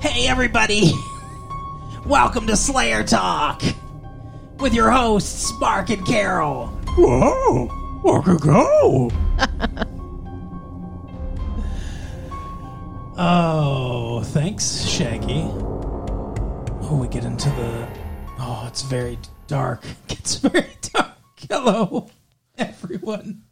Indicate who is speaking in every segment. Speaker 1: Hey, everybody! Welcome to Slayer Talk with your hosts, Mark and Carol.
Speaker 2: Whoa! Walk a go!
Speaker 1: Oh, thanks, Shaggy. Oh, we get into the. Oh, it's very dark. It's very dark. Hello, everyone.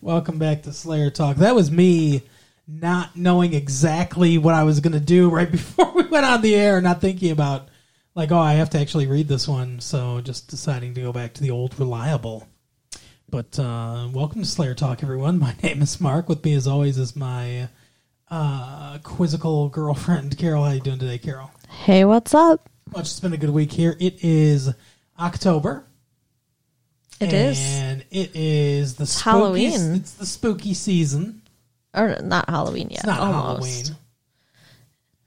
Speaker 1: Welcome back to Slayer Talk. That was me not knowing exactly what I was going to do right before we went on the air, not thinking about, like, oh, I have to actually read this one. So just deciding to go back to the old reliable. But uh, welcome to Slayer Talk, everyone. My name is Mark. With me, as always, is my uh, quizzical girlfriend, Carol. How you doing today, Carol?
Speaker 3: Hey, what's up?
Speaker 1: Much. It's been a good week here. It is October.
Speaker 3: It
Speaker 1: and
Speaker 3: is,
Speaker 1: it is the spooky,
Speaker 3: Halloween.
Speaker 1: It's the spooky season.
Speaker 3: or not Halloween yet.
Speaker 1: It's not
Speaker 3: almost.
Speaker 1: Halloween.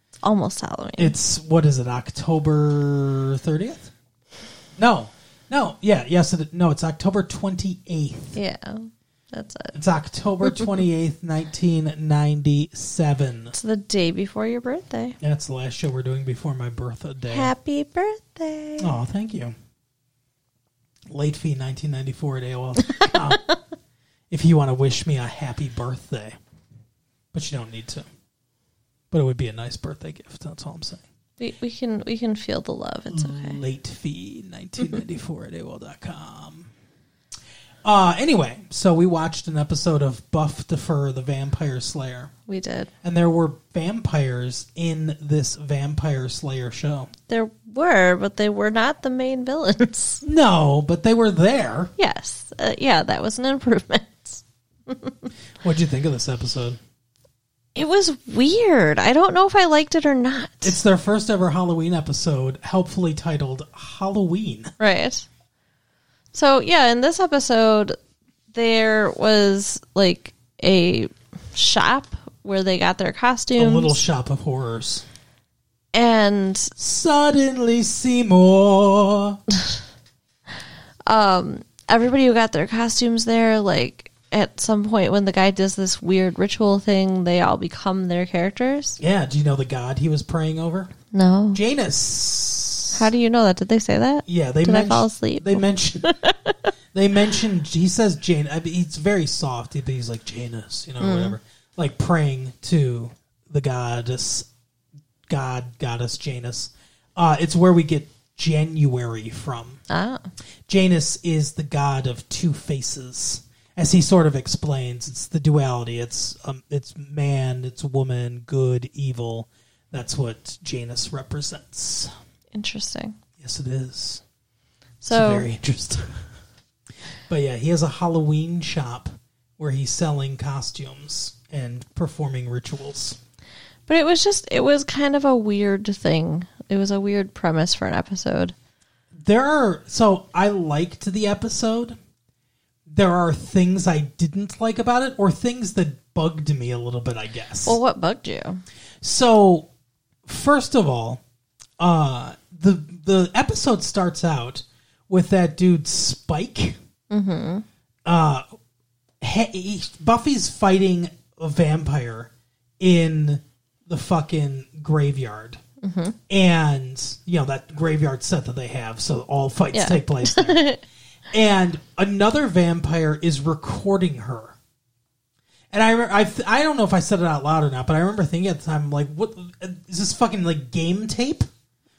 Speaker 3: It's almost Halloween.
Speaker 1: It's what is it? October thirtieth? No, no. Yeah, yes. It, no, it's October twenty eighth.
Speaker 3: yeah, that's it.
Speaker 1: It's October twenty eighth, nineteen ninety seven.
Speaker 3: It's the day before your birthday.
Speaker 1: That's the last show we're doing before my birthday.
Speaker 3: Happy birthday!
Speaker 1: Oh, thank you. Late fee 1994 at AOL. if you want to wish me a happy birthday, but you don't need to. But it would be a nice birthday gift. That's all I'm saying.
Speaker 3: We, we can we can feel the love. It's okay.
Speaker 1: Late fee 1994 at AOL.com. Uh, anyway, so we watched an episode of Buff the Fur, the Vampire Slayer,
Speaker 3: We did.
Speaker 1: and there were vampires in this Vampire Slayer show.
Speaker 3: There were, but they were not the main villains.
Speaker 1: No, but they were there.
Speaker 3: yes, uh, yeah, that was an improvement.
Speaker 1: What'd you think of this episode?
Speaker 3: It was weird. I don't know if I liked it or not.
Speaker 1: It's their first ever Halloween episode, helpfully titled Halloween.
Speaker 3: Right. So yeah, in this episode, there was like a shop where they got their
Speaker 1: A
Speaker 3: costumes,
Speaker 1: little shop of horrors.
Speaker 3: and
Speaker 1: Suddenly Seymour.
Speaker 3: um, everybody who got their costumes there, like at some point when the guy does this weird ritual thing, they all become their characters.
Speaker 1: Yeah, do you know the god he was praying over?
Speaker 3: No,
Speaker 1: Janus.
Speaker 3: how do you know that? Did they say that?
Speaker 1: Yeah, they
Speaker 3: Did I
Speaker 1: mentioned,
Speaker 3: fall asleep?
Speaker 1: They mentioned they mentioned he says Jane I mean, he's very soft. He- He's like Janus, you know,
Speaker 3: Mm-hmm.
Speaker 1: or whatever. Like praying to the goddess god goddess Janus. Uh, it's where we get January from.
Speaker 3: Ah,
Speaker 1: Janus is the god of two faces, as he sort of explains. It's the duality. It's um, it's man, it's woman, good, evil. That's what Janus represents.
Speaker 3: interesting.
Speaker 1: Yes, it is.
Speaker 3: So
Speaker 1: it's very interesting. but yeah, he has a Halloween shop where he's selling costumes and performing rituals.
Speaker 3: But it was just, it was kind of a weird thing. It was a weird premise for an episode.
Speaker 1: there are so I liked the episode. There are things I didn't like about it, or things that bugged me a little bit, I guess.
Speaker 3: Well, what bugged you?
Speaker 1: so, first of all, uh, the the episode starts out with that dude Spike. Mm-hmm. Uh, he- he- Buffy's fighting a vampire in the fucking graveyard, and you know that graveyard set that they have, so all fights
Speaker 3: Yeah.
Speaker 1: take place there. and another vampire is recording her. And I, re- I, th- I don't know if I said it out loud or not, but I remember thinking at the time, like, what is this fucking like game tape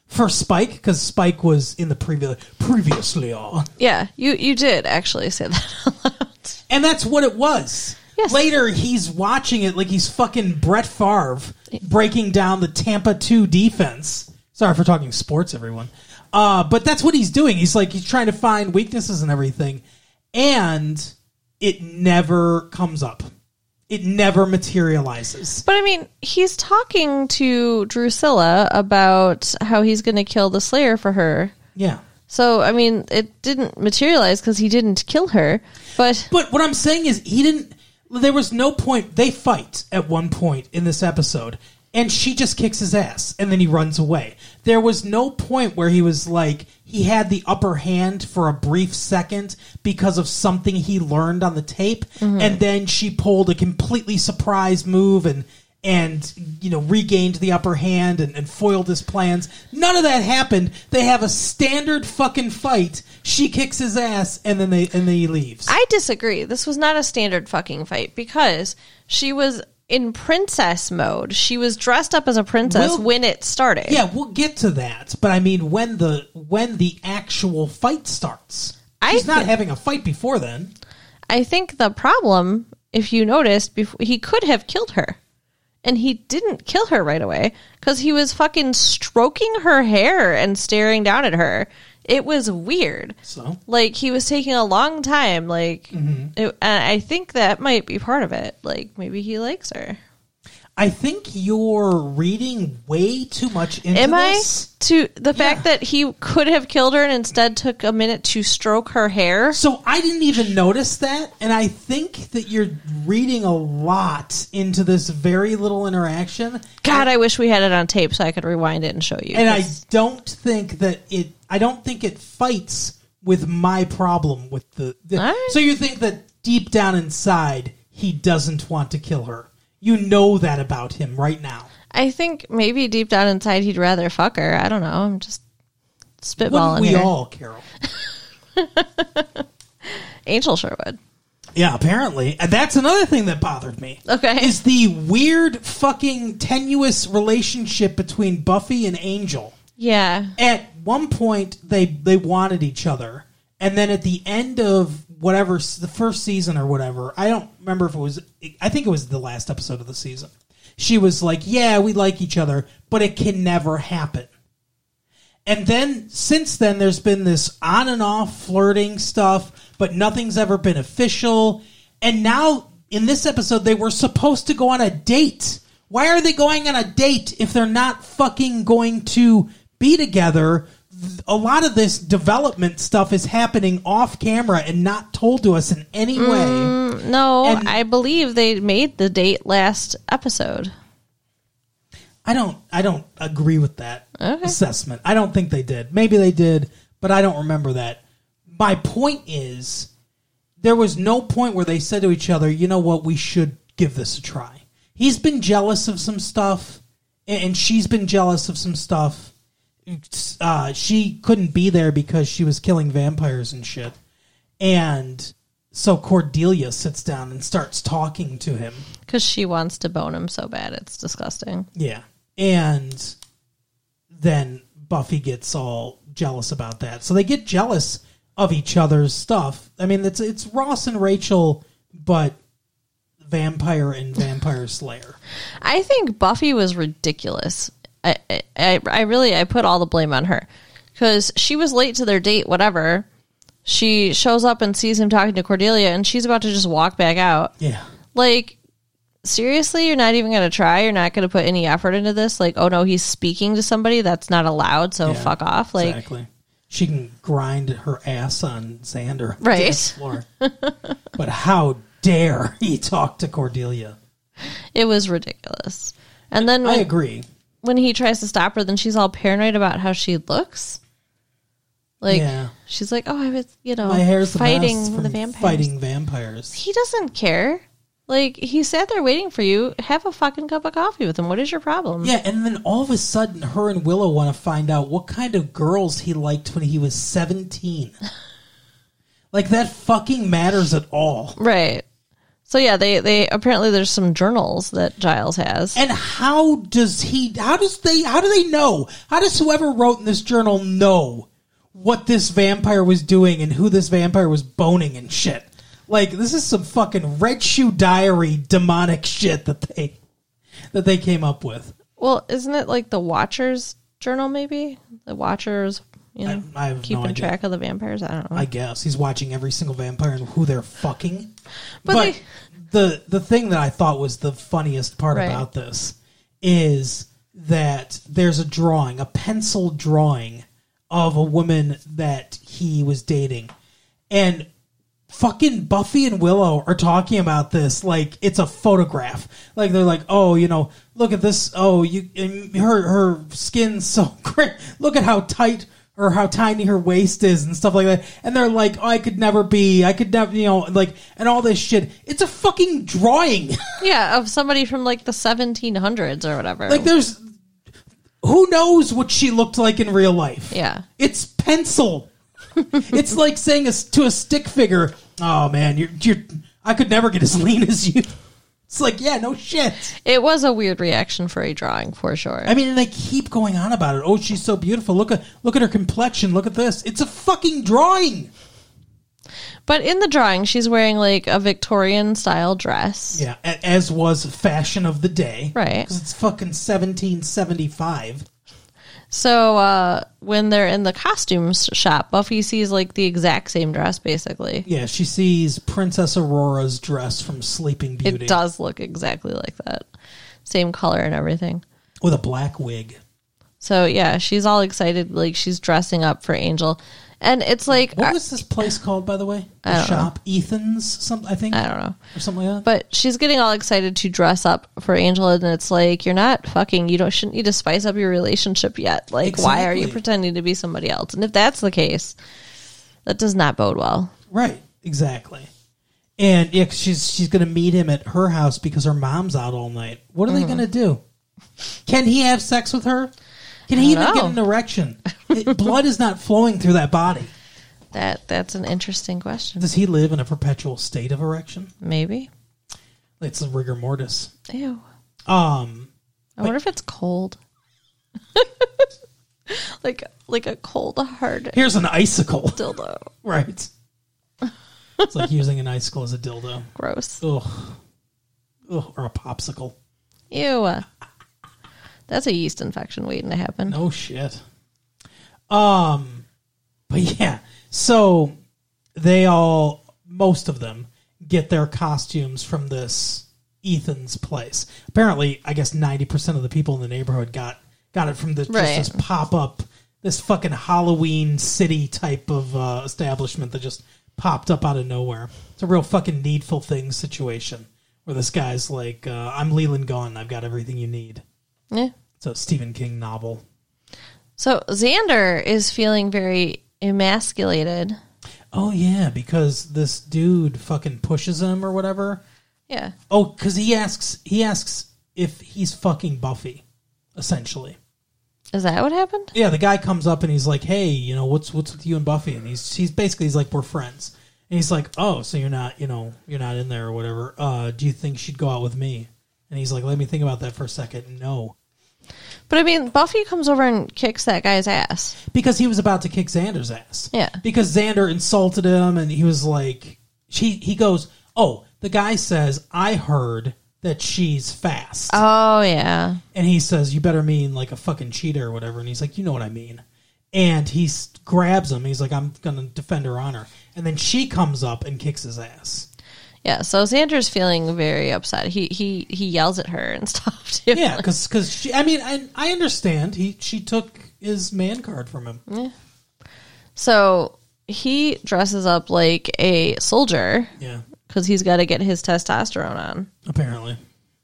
Speaker 1: for Spike? Because Spike was in the previous previously on,
Speaker 3: Yeah, you you did actually say that out loud.
Speaker 1: and that's what it was.
Speaker 3: Yes.
Speaker 1: Later, he's watching it like he's fucking Brett Favre breaking down the Tampa two defense. Sorry for talking sports, everyone. Uh, but that's what he's doing. He's like he's trying to find weaknesses and everything, and it never comes up. It never materializes.
Speaker 3: But I mean, he's talking to Drusilla about how he's going to kill the Slayer for her.
Speaker 1: Yeah.
Speaker 3: So I mean, it didn't materialize because he didn't kill her. But
Speaker 1: But what I'm saying is he didn't there was no point they fight at one point in this episode and she just kicks his ass and then he runs away. There was no point where he was like he had the upper hand for a brief second because of something he learned on the tape and then she pulled a completely surprise move and and you know regained the upper hand and, and foiled his plans. None of that happened. They have a standard fucking fight. She kicks his ass, and then they and then he leaves.
Speaker 3: I disagree. This was not a standard fucking fight because she was in princess mode. She was dressed up as a princess
Speaker 1: Will-
Speaker 3: when it started.
Speaker 1: yeah, we'll get to that, but I mean when the when the actual fight starts.
Speaker 3: I
Speaker 1: He's not
Speaker 3: thi-
Speaker 1: having a fight before then.
Speaker 3: I think the problem, if you noticed, before, he could have killed her. And he didn't kill her right away because he was fucking stroking her hair and staring down at her. It was weird.
Speaker 1: So
Speaker 3: Like, he was taking a long time. Like,
Speaker 1: Mm-hmm.
Speaker 3: it, and I think that might be part of it. Like, maybe he likes her.
Speaker 1: I think you're reading way too much into
Speaker 3: Am
Speaker 1: this.
Speaker 3: I to the fact that he could have killed her and instead took a minute to stroke her hair?
Speaker 1: So I didn't even notice that, and I think that you're reading a lot into this very little interaction.
Speaker 3: God, I wish we had it on tape so I could rewind it and show you.
Speaker 1: And I
Speaker 3: 'cause-
Speaker 1: don't think that it. I don't think it fights with my problem with the. the-
Speaker 3: All right.
Speaker 1: So you think that deep down inside he doesn't want to kill her. You know that about him right now.
Speaker 3: I think maybe deep down inside he'd rather fuck her. I don't know. I'm just spitballing
Speaker 1: Wouldn't we
Speaker 3: here.
Speaker 1: all, Carol?
Speaker 3: Angel sure would.
Speaker 1: Yeah, apparently. And that's another thing that bothered me.
Speaker 3: Okay.
Speaker 1: Is the weird fucking tenuous relationship between Buffy and Angel.
Speaker 3: Yeah.
Speaker 1: At one point they they wanted each other. And then at the end of whatever s- the first season or whatever, I don't remember if it was I think it was the last episode of the season. She was like, "Yeah, we like each other, but it can never happen." And then since then, there's been this on and off flirting stuff, but nothing's ever been official. And now in this episode, they were supposed to go on a date. Why are they going on a date if they're not fucking going to be together? Th- A lot of this development stuff is happening off camera and not told to us in any way.
Speaker 3: No,
Speaker 1: And-
Speaker 3: I believe they made the date last episode.
Speaker 1: I don't I don't agree with that
Speaker 3: Okay.
Speaker 1: assessment. I don't think they did. Maybe they did, but I don't remember that. My point is there was no point where they said to each other, "You know what? We should give this a try." He's been jealous of some stuff and and she's been jealous of some stuff. It's, Uh, she couldn't be there because she was killing vampires and shit. And so Cordelia sits down and starts talking to him.
Speaker 3: Because she wants to bone him so bad. It's disgusting.
Speaker 1: Yeah. And then Buffy gets all jealous about that. So they get jealous of each other's stuff. I mean, it's it's Ross and Rachel, but vampire and vampire slayer.
Speaker 3: I think Buffy was ridiculous. I, I- I, I really I put all the blame on her because she was late to their date. Whatever, she shows up and sees him talking to Cordelia, and she's about to just walk back out.
Speaker 1: Yeah.
Speaker 3: Like, seriously, you're not even going to try. You're not going to put any effort into this. Like, oh no, he's speaking to somebody that's not allowed. So fuck off. Like,
Speaker 1: exactly. She can grind her ass on Xander on the
Speaker 3: Right.
Speaker 1: dance floor. but how dare he talk to Cordelia?
Speaker 3: it was ridiculous. And then
Speaker 1: I
Speaker 3: when,
Speaker 1: agree.
Speaker 3: when he tries to stop her, then she's all paranoid about how she looks. Like
Speaker 1: Yeah.
Speaker 3: she's like, oh, I was, you know,
Speaker 1: My hair's the
Speaker 3: fighting
Speaker 1: best
Speaker 3: the
Speaker 1: from
Speaker 3: vampires.
Speaker 1: Fighting vampires.
Speaker 3: He doesn't care. Like he sat there waiting for you. Have a fucking cup of coffee with him. What is your problem?
Speaker 1: Yeah, and then all of a sudden, her and Willow want to find out what kind of girls he liked when he was 17. like, that fucking matters at all.
Speaker 3: Right. So yeah, they they apparently there's some journals that Giles has.
Speaker 1: And how does he, how does they, how do they know? How does whoever wrote in this journal know what this vampire was doing and who this vampire was boning and shit? Like, this is some fucking red shoe diary demonic shit that they, that they came up with.
Speaker 3: Well, isn't it like the Watchers journal? Maybe the Watchers, you know,
Speaker 1: I have no
Speaker 3: keeping
Speaker 1: idea.
Speaker 3: track of the vampires. I don't know.
Speaker 1: I guess he's watching every single vampire and who they're fucking. But,
Speaker 3: But they-
Speaker 1: the the thing that I thought was the funniest part
Speaker 3: Right.
Speaker 1: about this is that there's a drawing, a pencil drawing of a woman that he was dating, and fucking Buffy and Willow are talking about this like it's a photograph. Like they're like, oh, you know, look at this. Oh, you and her her skin's so great. Look at how tight her or how tiny her waist is and stuff like that. And they're like, oh, I could never be, I could never, you know, like, and all this shit. It's a fucking drawing.
Speaker 3: Yeah, of somebody from like the 1700s or whatever.
Speaker 1: like, there's who knows what she looked like in real life.
Speaker 3: Yeah.
Speaker 1: it's pencil. it's like saying a s to a stick figure, oh man, you're, you're, I could never get as lean as you. It's like, yeah, no shit.
Speaker 3: it was a weird reaction for a drawing for sure.
Speaker 1: I mean, and they keep going on about it. Oh, she's so beautiful. Look at look at her complexion. Look at this. It's a fucking drawing.
Speaker 3: but in the drawing, she's wearing like a Victorian style dress.
Speaker 1: Yeah, a- as was fashion of the day.
Speaker 3: Right.
Speaker 1: Because it's fucking 1775.
Speaker 3: So uh, when they're in the costumes shop, Buffy sees like the exact same dress basically.
Speaker 1: Yeah, she sees Princess Aurora's dress from Sleeping Beauty
Speaker 3: It does look exactly like that. Same color and everything.
Speaker 1: with a black wig.
Speaker 3: So yeah, she's all excited, like she's dressing up for Angel, and it's like
Speaker 1: What
Speaker 3: I-
Speaker 1: was this place called, by the way? The
Speaker 3: I don't know.
Speaker 1: shop? Ethan's, some, I think?
Speaker 3: I don't know.
Speaker 1: Or something like that?
Speaker 3: But she's getting all excited to dress up for Angel, and it's like you're not fucking. You don't shouldn't need to spice up your relationship yet. Like, why are you
Speaker 1: Exactly.
Speaker 3: pretending to be somebody else? And if that's the case, that does not bode well.
Speaker 1: Right, exactly. And yeah, 'cause she's she's gonna meet him at her house because her mom's out all night. What
Speaker 3: Mm-hmm.
Speaker 1: are they gonna do? Can he have sex with her? Can he even
Speaker 3: don't
Speaker 1: get
Speaker 3: know.
Speaker 1: an erection? It- blood is not flowing through that body.
Speaker 3: That that's an interesting question.
Speaker 1: Does he live in a perpetual state of erection?
Speaker 3: Maybe.
Speaker 1: It's a rigor mortis.
Speaker 3: Ew.
Speaker 1: Um,
Speaker 3: I wonder if it's cold. like like a cold hard
Speaker 1: here's an icicle,
Speaker 3: dildo.
Speaker 1: right? It's like using an icicle as a dildo.
Speaker 3: Gross.
Speaker 1: Ugh. Ugh, or a popsicle.
Speaker 3: Ew. That's a yeast infection waiting to happen.
Speaker 1: No shit. Um, but yeah, so they all, most of them, get their costumes from this Ethan's place. Apparently, I guess ninety percent of the people in the neighborhood got got it from the,
Speaker 3: Right.
Speaker 1: just this pop up, this fucking Halloween city type of uh, establishment that just popped up out of nowhere. It's a real fucking needful thing situation where this guy's like, uh, "I'm Leland Gone. I've got everything you need."
Speaker 3: Yeah.
Speaker 1: It's a Stephen King novel.
Speaker 3: So Xander is feeling very emasculated.
Speaker 1: Oh yeah, because this dude fucking pushes him or whatever.
Speaker 3: Yeah.
Speaker 1: Oh, because he asks he asks if he's fucking Buffy, essentially.
Speaker 3: Is that what happened?
Speaker 1: Yeah, the guy comes up and he's like, "Hey, you know what's what's with you and Buffy?" And he's he's basically he's like, "We're friends." And he's like, "Oh, so you're not you know you're not in there or whatever? Uh, do you think she'd go out with me?" And he's like, "Let me think about that for a second. No,
Speaker 3: But I mean, Buffy comes over and kicks that guy's ass.
Speaker 1: because he was about to kick Xander's ass.
Speaker 3: Yeah.
Speaker 1: Because Xander insulted him and he was like she he goes, "Oh, the guy says I heard that she's fast."
Speaker 3: Oh, yeah.
Speaker 1: and he says, "You better mean like a fucking cheater or whatever." And he's like, "You know what I mean." And he s- grabs him. He's like, "I'm going to defend her honor." And then she comes up and kicks his ass.
Speaker 3: Yeah, so Xander's feeling very upset. He he he yells at her and stuff too.
Speaker 1: Yeah, cuz cuz she I mean, I I understand. He she took his man card from him.
Speaker 3: So he dresses up like a soldier
Speaker 1: Yeah,
Speaker 3: because he's got to get his testosterone on.
Speaker 1: apparently.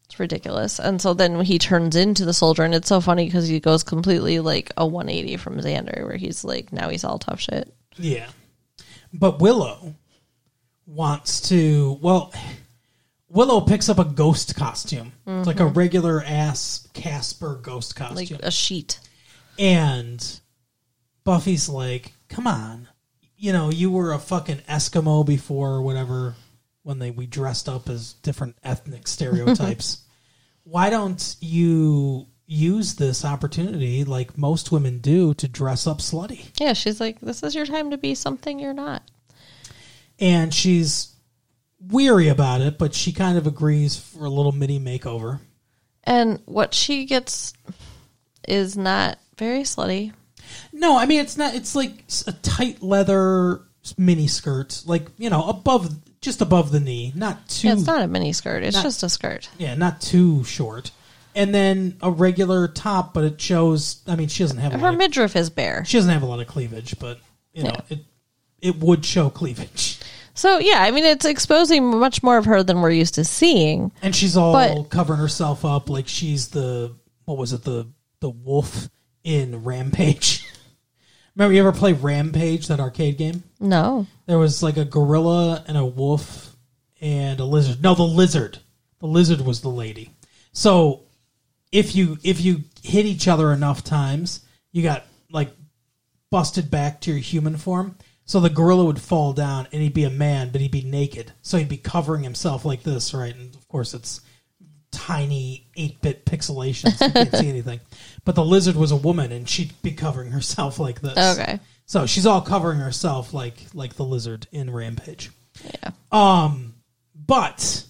Speaker 3: It's ridiculous. And so then he turns into the soldier, and it's so funny because he goes completely like a 180 from Xander, where he's like, now he's all tough shit.
Speaker 1: Yeah. But Willow wants to, well, Willow picks up a ghost costume. It's like a regular ass Casper ghost
Speaker 3: Like
Speaker 1: costume.
Speaker 3: a sheet.
Speaker 1: and Buffy's like, come on. You know, you were a fucking Eskimo before or whatever when they we dressed up as different ethnic stereotypes. Why don't you use this opportunity like most women do to dress up slutty?
Speaker 3: Yeah, she's like, this is your time to be something you're not.
Speaker 1: and she's weary about it, but she kind of agrees for a little mini makeover.
Speaker 3: And what she gets is not very slutty.
Speaker 1: No, I mean it's not. It's like s- a tight leather mini skirt, like you know, above just above the knee, not too
Speaker 3: Yeah, it's not a mini skirt. It's
Speaker 1: Not-
Speaker 3: just a skirt.
Speaker 1: yeah, not too short. And then a regular top, but it shows. I mean, she doesn't have a
Speaker 3: Her
Speaker 1: lot of,
Speaker 3: midriff is bare.
Speaker 1: she doesn't have a lot of cleavage, but you know, it it would show cleavage.
Speaker 3: So yeah, I mean it's exposing much more of her than we're used to seeing.
Speaker 1: And she's all
Speaker 3: But-
Speaker 1: covering herself up like she's the what was it the the wolf in Rampage. Remember, you ever play Rampage, that arcade game?
Speaker 3: No.
Speaker 1: There was like a gorilla and a wolf and a lizard. No, the lizard. The lizard was the lady. So if you if you hit each other enough times, you got like busted back to your human form. So the gorilla would fall down and he'd be a man, but he'd be naked. So he'd be covering himself like this, right? And of course it's tiny 8-bit pixelations. You can't see anything. But the lizard was a woman and she'd be covering herself like this.
Speaker 3: Okay.
Speaker 1: So she's all covering herself like like the lizard in Rampage.
Speaker 3: Yeah.
Speaker 1: But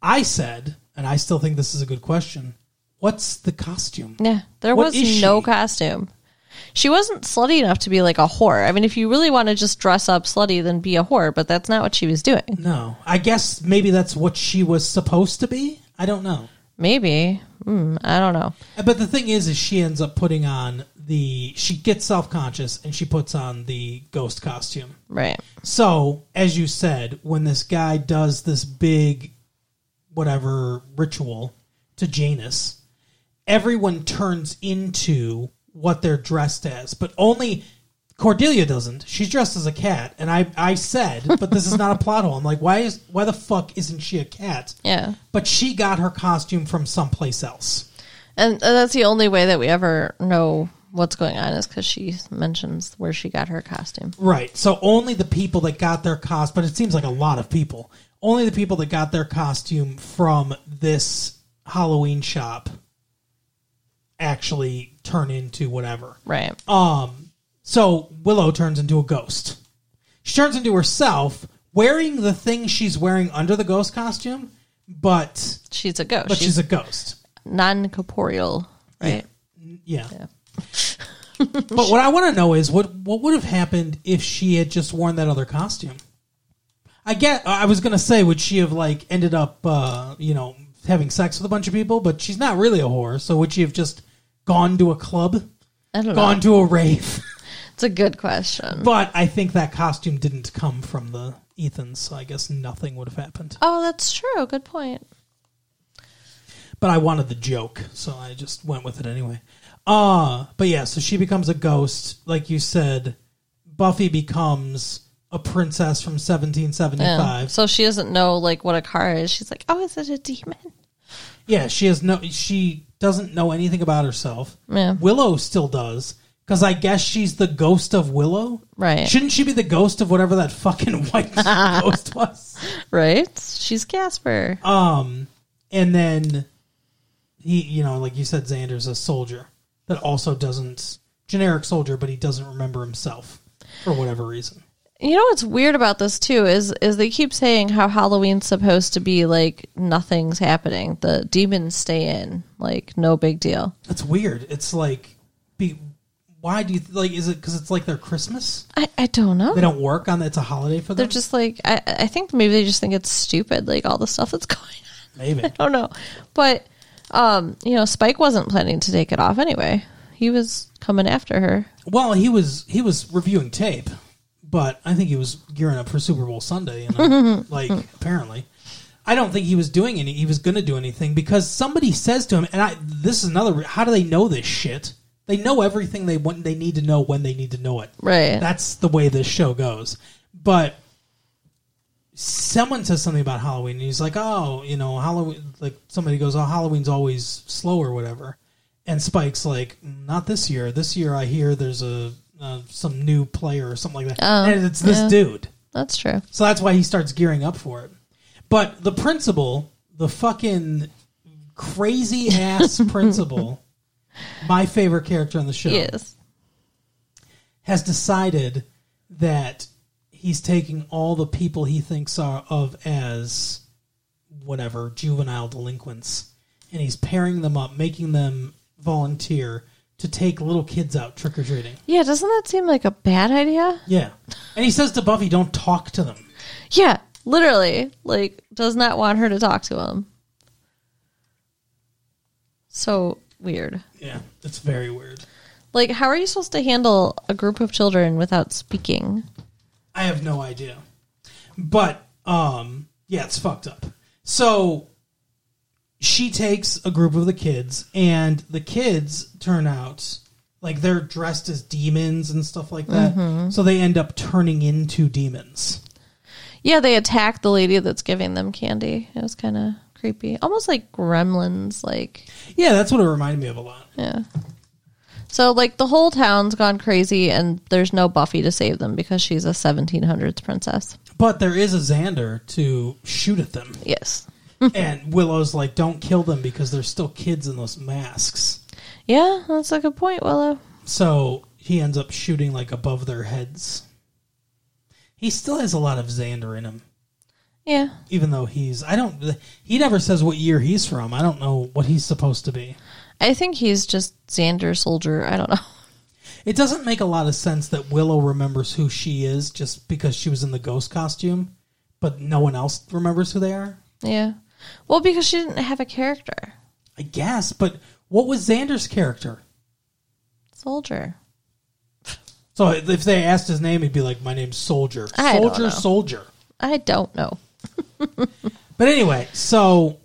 Speaker 1: I said, and I still think this is a good question. What's the costume?
Speaker 3: Yeah. There
Speaker 1: What is
Speaker 3: was no
Speaker 1: she?
Speaker 3: costume. She wasn't slutty enough to be like a whore. I mean, if you really want to just dress up slutty, then be a whore, but that's not what she was doing.
Speaker 1: No, I guess maybe that's what she was supposed to be. I don't know.
Speaker 3: Maybe. Mm, I don't know.
Speaker 1: But the thing is, is she ends up putting on the she gets self conscious and she puts on the ghost costume.
Speaker 3: Right.
Speaker 1: So, as you said, when this guy does this big whatever ritual to Janus, everyone turns into what they're dressed as, but only Cordelia doesn't. She's dressed as a cat, and I I said, but this is not a plot hole. I'm like, why is why the fuck isn't she a cat?
Speaker 3: Yeah.
Speaker 1: But she got her costume from someplace else.
Speaker 3: And and that's the only way that we ever know what's going on is because she mentions where she got her costume.
Speaker 1: Right. So only the people that got their cost, but it seems like a lot of people. Only the people that got their costume from this Halloween shop actually turn into whatever.
Speaker 3: Right.
Speaker 1: Uh, So Willow turns into a ghost. She turns into herself wearing the thing she's wearing under the ghost costume, but
Speaker 3: she's a ghost.
Speaker 1: but
Speaker 3: she's
Speaker 1: she's a ghost.
Speaker 3: non corporeal. Right.
Speaker 1: Yeah. but what I want to know is what what would have happened if she had just worn that other costume? I get. I was gonna say, would she have like ended up, uh, you know, having sex with a bunch of people? But she's not really a whore, so would she have just gone to a club,
Speaker 3: I don't
Speaker 1: gone
Speaker 3: know.
Speaker 1: to a rave?
Speaker 3: It's a good question.
Speaker 1: but I think that costume didn't come from the Ethan's, so I guess nothing would have happened.
Speaker 3: Oh, that's true. Good point.
Speaker 1: but I wanted the joke, so I just went with it anyway. Uh but yeah, so she becomes a ghost, like you said. Buffy becomes a princess from 1775.
Speaker 3: So she doesn't know like what a car is. She's like, oh, is it a demon?
Speaker 1: Yeah, she has no she doesn't know anything about herself.
Speaker 3: Yeah.
Speaker 1: Willow still does cuz I guess she's the ghost of Willow.
Speaker 3: Right.
Speaker 1: Shouldn't she be the ghost of whatever that fucking white ghost was?
Speaker 3: right? She's Casper.
Speaker 1: and then he you know like you said xander's a soldier that also doesn't generic soldier but he doesn't remember himself for whatever reason
Speaker 3: you know what's weird about this too is is they keep saying how Halloween's supposed to be like nothing's happening. The demons stay in, like no big deal.
Speaker 1: that's weird it's like be, why do you like is it because it's like their christmas
Speaker 3: I, I don't know.
Speaker 1: they don't work on it's a holiday for
Speaker 3: They're
Speaker 1: them
Speaker 3: just like I, I think maybe they just think it's stupid, like all the stuff that's going on.
Speaker 1: maybe
Speaker 3: I don't know. But um, you know, Spike wasn't planning to take it off anyway. He was coming after her.
Speaker 1: well he was he was reviewing tape but i think he was gearing up for super bowl sunday you know like apparently i don't think he was doing any he was going to do anything because somebody says to him and i this is another how do they know this shit they know everything they want they need to know when they need to know it
Speaker 3: Right.
Speaker 1: that's the way this show goes but someone says something about halloween and he's like oh you know halloween like somebody goes oh halloween's always slow or whatever and spike's like not this year this year i hear there's a uh, some new player or something like that and it's this dude
Speaker 3: That's true.
Speaker 1: so that's why he starts gearing up for it. But the principal, the fucking crazy ass principal, my favorite character on the show,
Speaker 3: Yes.
Speaker 1: has decided that he's taking all the people he thinks are of as whatever juvenile delinquents and he's pairing them up, making them volunteer to take little kids out trick or treating.
Speaker 3: Yeah, doesn't that seem like a bad idea?
Speaker 1: Yeah. And he says to Buffy, don't talk to them.
Speaker 3: Yeah, literally. Like, does not want her to talk to him. So weird.
Speaker 1: Yeah. It's very weird.
Speaker 3: Like, how are you supposed to handle a group of children without speaking?
Speaker 1: I have no idea. But um yeah, it's fucked up. So she takes a group of the kids and the kids turn out Like they're dressed as demons and stuff like that. So they end up turning into demons.
Speaker 3: Yeah, they attack the lady that's giving them candy. It was kind of creepy, almost like gremlins. Like,
Speaker 1: Yeah, that's what it reminded me of a lot.
Speaker 3: yeah. So, like, the whole town's gone crazy, and there's no Buffy to save them because she's a 1700s princess.
Speaker 1: But there is a Xander to shoot at them.
Speaker 3: Yes.
Speaker 1: and Willow's like, don't kill them because they're still kids in those masks.
Speaker 3: Yeah, that's a good point, Willow.
Speaker 1: So he ends up shooting like above their heads. He still has a lot of Xander in him,
Speaker 3: Yeah.
Speaker 1: even though he's I don't he never says what year he's from. I don't know what he's supposed to be.
Speaker 3: I think he's just Xander Soldier. I don't know.
Speaker 1: It doesn't make a lot of sense that Willow remembers who she is just because she was in the ghost costume, but no one else remembers who they are.
Speaker 3: Yeah. Well, because she didn't have a character.
Speaker 1: I guess, but what was Xander's character?
Speaker 3: Soldier.
Speaker 1: So if they asked his name, he'd be like, "My name's Soldier,
Speaker 3: I don't
Speaker 1: Soldier,
Speaker 3: know.
Speaker 1: Soldier."
Speaker 3: I don't know.
Speaker 1: But anyway, so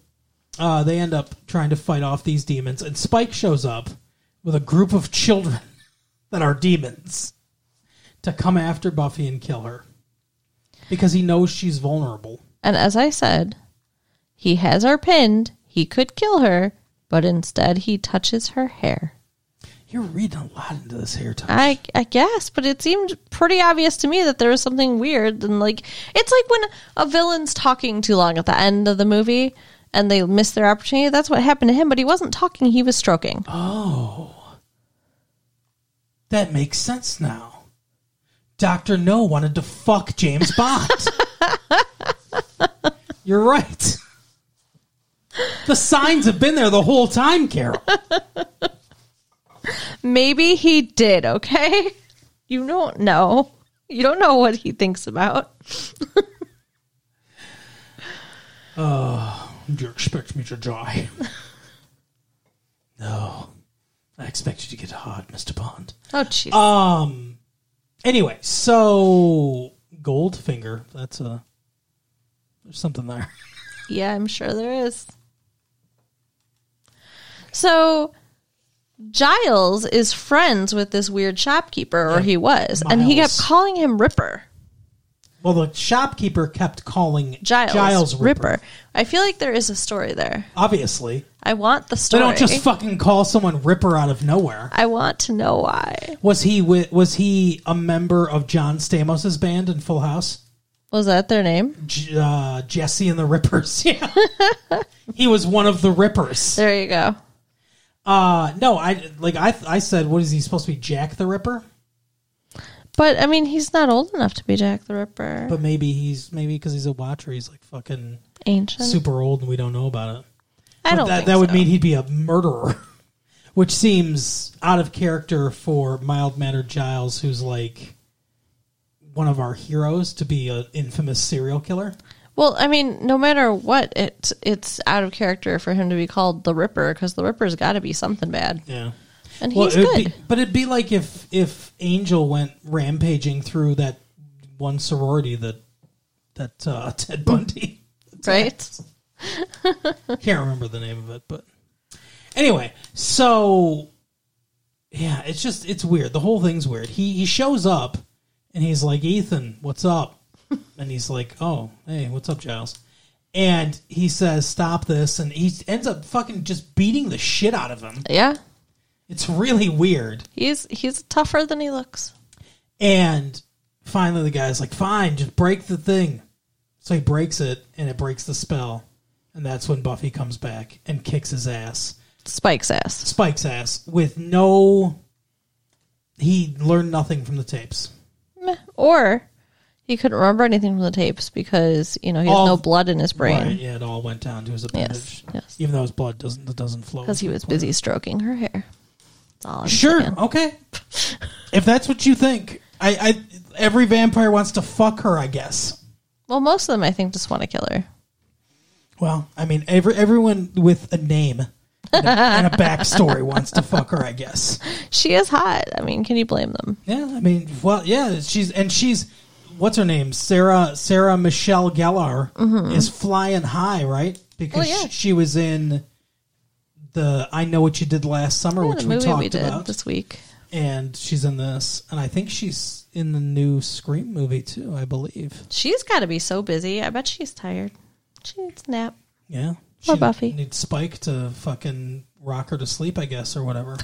Speaker 1: uh, they end up trying to fight off these demons, and Spike shows up with a group of children that are demons to come after Buffy and kill her because he knows she's vulnerable.
Speaker 3: And as I said, he has her pinned. He could kill her, but instead he touches her hair.
Speaker 1: You're reading a lot into this hair tie.
Speaker 3: I, I guess, but it seemed pretty obvious to me that there was something weird. And like, it's like when a villain's talking too long at the end of the movie and they miss their opportunity. That's what happened to him, but he wasn't talking, he was stroking.
Speaker 1: That makes sense now. Doctor No wanted to fuck James Bond. You're right. The signs have been there the whole time, Carol.
Speaker 3: Maybe he did, okay? You don't know. You don't know what he thinks about.
Speaker 1: Do you expect me to die? no. I expect you to get hard, Mr. Bond.
Speaker 3: Oh, jeez.
Speaker 1: Um anyway, so Goldfinger, that's a there's something there.
Speaker 3: Yeah, I'm sure there is. So Giles is friends with this weird shopkeeper, or he was, and he
Speaker 1: Miles.
Speaker 3: kept calling him Ripper.
Speaker 1: Well, the shopkeeper kept calling
Speaker 3: Giles.
Speaker 1: Ripper.
Speaker 3: I feel like there is a story there.
Speaker 1: Obviously,
Speaker 3: I want the
Speaker 1: they
Speaker 3: story.
Speaker 1: don't just fucking call someone Ripper out of nowhere.
Speaker 3: I want to know why.
Speaker 1: Was he wi- was he a member of John Stamos's band in Full House?
Speaker 3: Was that their name?
Speaker 1: J- uh, Jesse and the Rippers. Yeah, he was one of the Rippers.
Speaker 3: There you go.
Speaker 1: Uh no, I like I I said what is he supposed to be Jack the Ripper?
Speaker 3: But I mean, he's not old enough to be Jack the Ripper.
Speaker 1: But maybe he's maybe because he's a watcher, he's like fucking
Speaker 3: Ancient.
Speaker 1: super old and we don't know about it.
Speaker 3: I
Speaker 1: But
Speaker 3: don't
Speaker 1: that
Speaker 3: think
Speaker 1: that would
Speaker 3: so.
Speaker 1: mean he'd be a murderer, which seems out of character for mild mannered Giles, who's like one of our heroes, to be an infamous serial killer.
Speaker 3: Well, I mean, no matter what, it's it's out of character for him to be called the Ripper because the Ripper's got to be something bad,
Speaker 1: Yeah.
Speaker 3: and
Speaker 1: Well,
Speaker 3: he's
Speaker 1: it'd
Speaker 3: good.
Speaker 1: Be, but it'd be like if if Angel went rampaging through that one sorority that that uh, Ted Bundy.
Speaker 3: right?
Speaker 1: can't remember the name of it, but anyway, so yeah, it's just it's weird. The whole thing's weird. He he shows up and he's like, "Ethan, what's up?" and he's like, "Oh, hey, what's up, Giles?" And he says, "Stop this!" And he ends up fucking just beating the shit out of him.
Speaker 3: Yeah,
Speaker 1: It's really weird.
Speaker 3: he's he's tougher than he looks.
Speaker 1: And finally, the guy's like, "Fine, just break the thing." So he breaks it, and it breaks the spell. And that's when Buffy comes back and kicks his ass.
Speaker 3: Spike's ass.
Speaker 1: Spike's ass with no. He learned nothing from the tapes.
Speaker 3: Meh. Or he couldn't remember anything from the tapes because you know he has
Speaker 1: All-
Speaker 3: no blood in his brain
Speaker 1: yeah, it all went down to his appendage.
Speaker 3: yes.
Speaker 1: Even though his blood doesn't it doesn't flow.
Speaker 3: because he was busy stroking her hair. That's all I'm
Speaker 1: Sure.
Speaker 3: saying.
Speaker 1: Okay. if that's what you think, I, I every vampire wants to fuck her. I guess.
Speaker 3: Well, most of them I think just want to kill her.
Speaker 1: Well, I mean, every everyone with a name and a, and a backstory wants to fuck her. I guess.
Speaker 3: She is hot. I mean, can you blame them?
Speaker 1: Yeah. I mean, well, yeah. She's and she's what's her name? Sarah Sarah Michelle Gellar is flying high, right? Because
Speaker 3: Mm-hmm. Well, yeah.
Speaker 1: sh- she was in the I know what you did last summer,
Speaker 3: Yeah,
Speaker 1: which
Speaker 3: the
Speaker 1: we
Speaker 3: movie
Speaker 1: talked
Speaker 3: we did
Speaker 1: about,
Speaker 3: this week.
Speaker 1: and she's in this, and I think she's in the new Scream movie too. I believe.
Speaker 3: She's got to be so busy. I bet she's tired. She needs a nap.
Speaker 1: Yeah.
Speaker 3: Poor Buffy.
Speaker 1: needs Spike to fucking rock her to sleep, I guess, or whatever.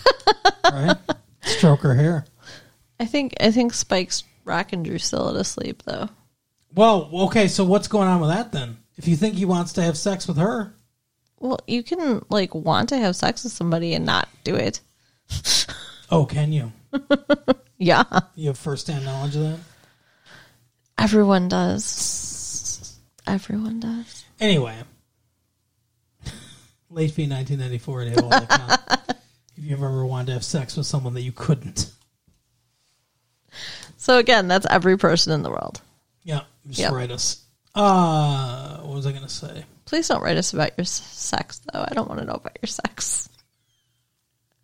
Speaker 1: right? Stroke her hair.
Speaker 3: I think I think Spike's rocking Drusilla to sleep though.
Speaker 1: Well, okay, so what's going on with that then? If you think he wants to have sex with her,
Speaker 3: Well, you can like want to have sex with somebody and not do it.
Speaker 1: oh, can you?
Speaker 3: Yeah,
Speaker 1: You have first-hand knowledge of that.
Speaker 3: everyone does. Everyone does.
Speaker 1: Anyway, late fee 1994 at AOL.com. if you ever wanted to have sex with someone that you couldn't,
Speaker 3: So again, that's every person in the world.
Speaker 1: yeah, just
Speaker 3: Yep.
Speaker 1: write us. Uh, what was I going to say?
Speaker 3: Please don't write us about your s- sex though. I don't want to know about your sex.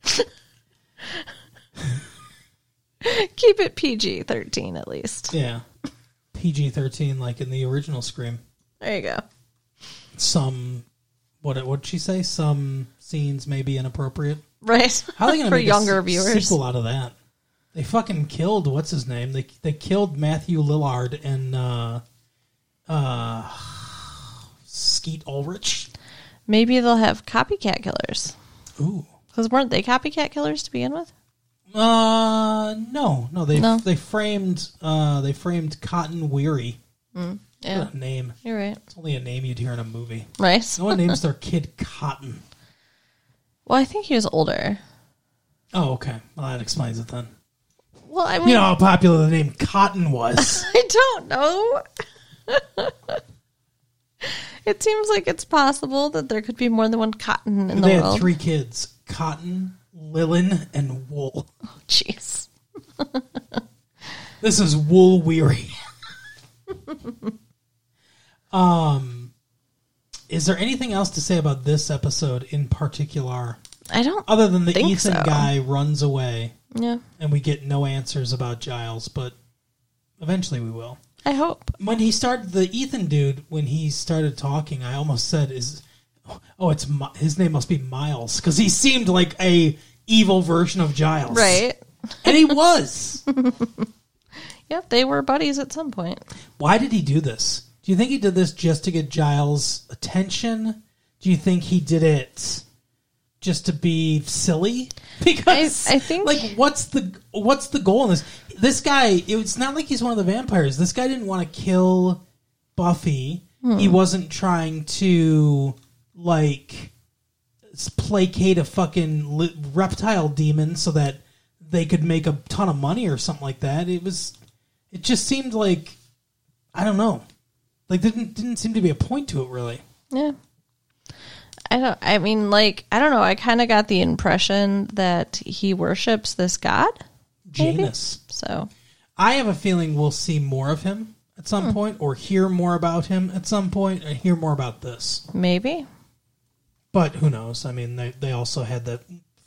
Speaker 3: Keep it PG 13 at least.
Speaker 1: Yeah, PG 13, like in the original Scream.
Speaker 3: There you go.
Speaker 1: Some, what what'd she say? Some scenes may be inappropriate.
Speaker 3: Right.
Speaker 1: How are they going to
Speaker 3: For
Speaker 1: make
Speaker 3: younger
Speaker 1: a s-
Speaker 3: viewers?
Speaker 1: sequel out of that? They fucking killed what's his name? They they killed Matthew Lillard and uh, uh, Skeet Ulrich.
Speaker 3: Maybe they'll have copycat killers.
Speaker 1: Ooh.
Speaker 3: Because weren't they copycat killers to begin with?
Speaker 1: Uh, no, no. They
Speaker 3: No.
Speaker 1: they framed uh they framed Cotton Weary.
Speaker 3: Yeah,
Speaker 1: What a name.
Speaker 3: you're right.
Speaker 1: It's only a name you'd hear in a movie.
Speaker 3: Right.
Speaker 1: No one names their kid Cotton.
Speaker 3: Well, I think he was older.
Speaker 1: Oh, okay. Well, that explains it then.
Speaker 3: Well, I mean,
Speaker 1: You know how popular the name Cotton was.
Speaker 3: I don't know. it seems like it's possible that there could be more than one cotton in the
Speaker 1: they had
Speaker 3: world.
Speaker 1: three kids: Cotton, Lilin, and Wool.
Speaker 3: Jeez.
Speaker 1: This is wool weary. um, Um, is there anything else to say about this episode in particular,
Speaker 3: I don't.
Speaker 1: other than the
Speaker 3: Think
Speaker 1: Ethan
Speaker 3: so.
Speaker 1: guy runs away
Speaker 3: Yeah.
Speaker 1: and we get no answers about Giles, but eventually we will.
Speaker 3: I hope.
Speaker 1: When he started the Ethan dude, when he started talking, I almost said, "Is oh, it's Mi- his name must be Miles because he seemed like a evil version of Giles,
Speaker 3: Right.
Speaker 1: And he was."
Speaker 3: Yep. They were buddies at some point.
Speaker 1: Why did he do this? Do you think he did this just to get Giles' attention? Do you think he did it just to be silly? Because
Speaker 3: I think-
Speaker 1: like what's the what's the goal in this? This guy, it's not like he's one of the vampires. This guy didn't want to kill Buffy.
Speaker 3: Hmm.
Speaker 1: He wasn't trying to like s- placate a fucking li- reptile demon so that they could make a ton of money or something like that. It was it just seemed like I don't know. Like there didn't didn't seem to be a point to it really.
Speaker 3: Yeah. I don't. I mean, like, I don't know. I kind of got the impression that he worships this god. Maybe.
Speaker 1: Janus.
Speaker 3: So
Speaker 1: I have a feeling we'll see more of him at
Speaker 3: Hmm.
Speaker 1: some point or hear more about him at some point or hear more about this.
Speaker 3: maybe.
Speaker 1: But who knows? I mean they they also had that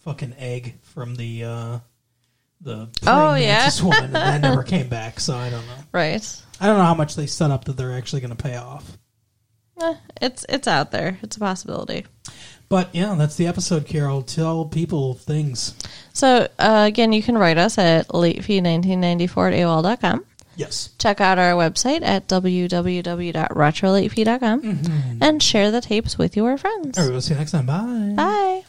Speaker 1: fucking egg from the uh the
Speaker 3: Oh,
Speaker 1: praying
Speaker 3: yeah.
Speaker 1: mantis woman and that never came back, so I don't know.
Speaker 3: Right.
Speaker 1: I don't know how much they set up that they're actually going to pay off.
Speaker 3: Eh, it's it's out there. It's a possibility.
Speaker 1: But yeah, that's the episode, Carol. Tell people things.
Speaker 3: So uh, again, you can write us at latefee1994 at AOL.com.
Speaker 1: Yes.
Speaker 3: Check out our website at www.retrolatefee.com and share the tapes with your friends.
Speaker 1: Oh. All right, we'll see you next time. Bye.
Speaker 3: Bye.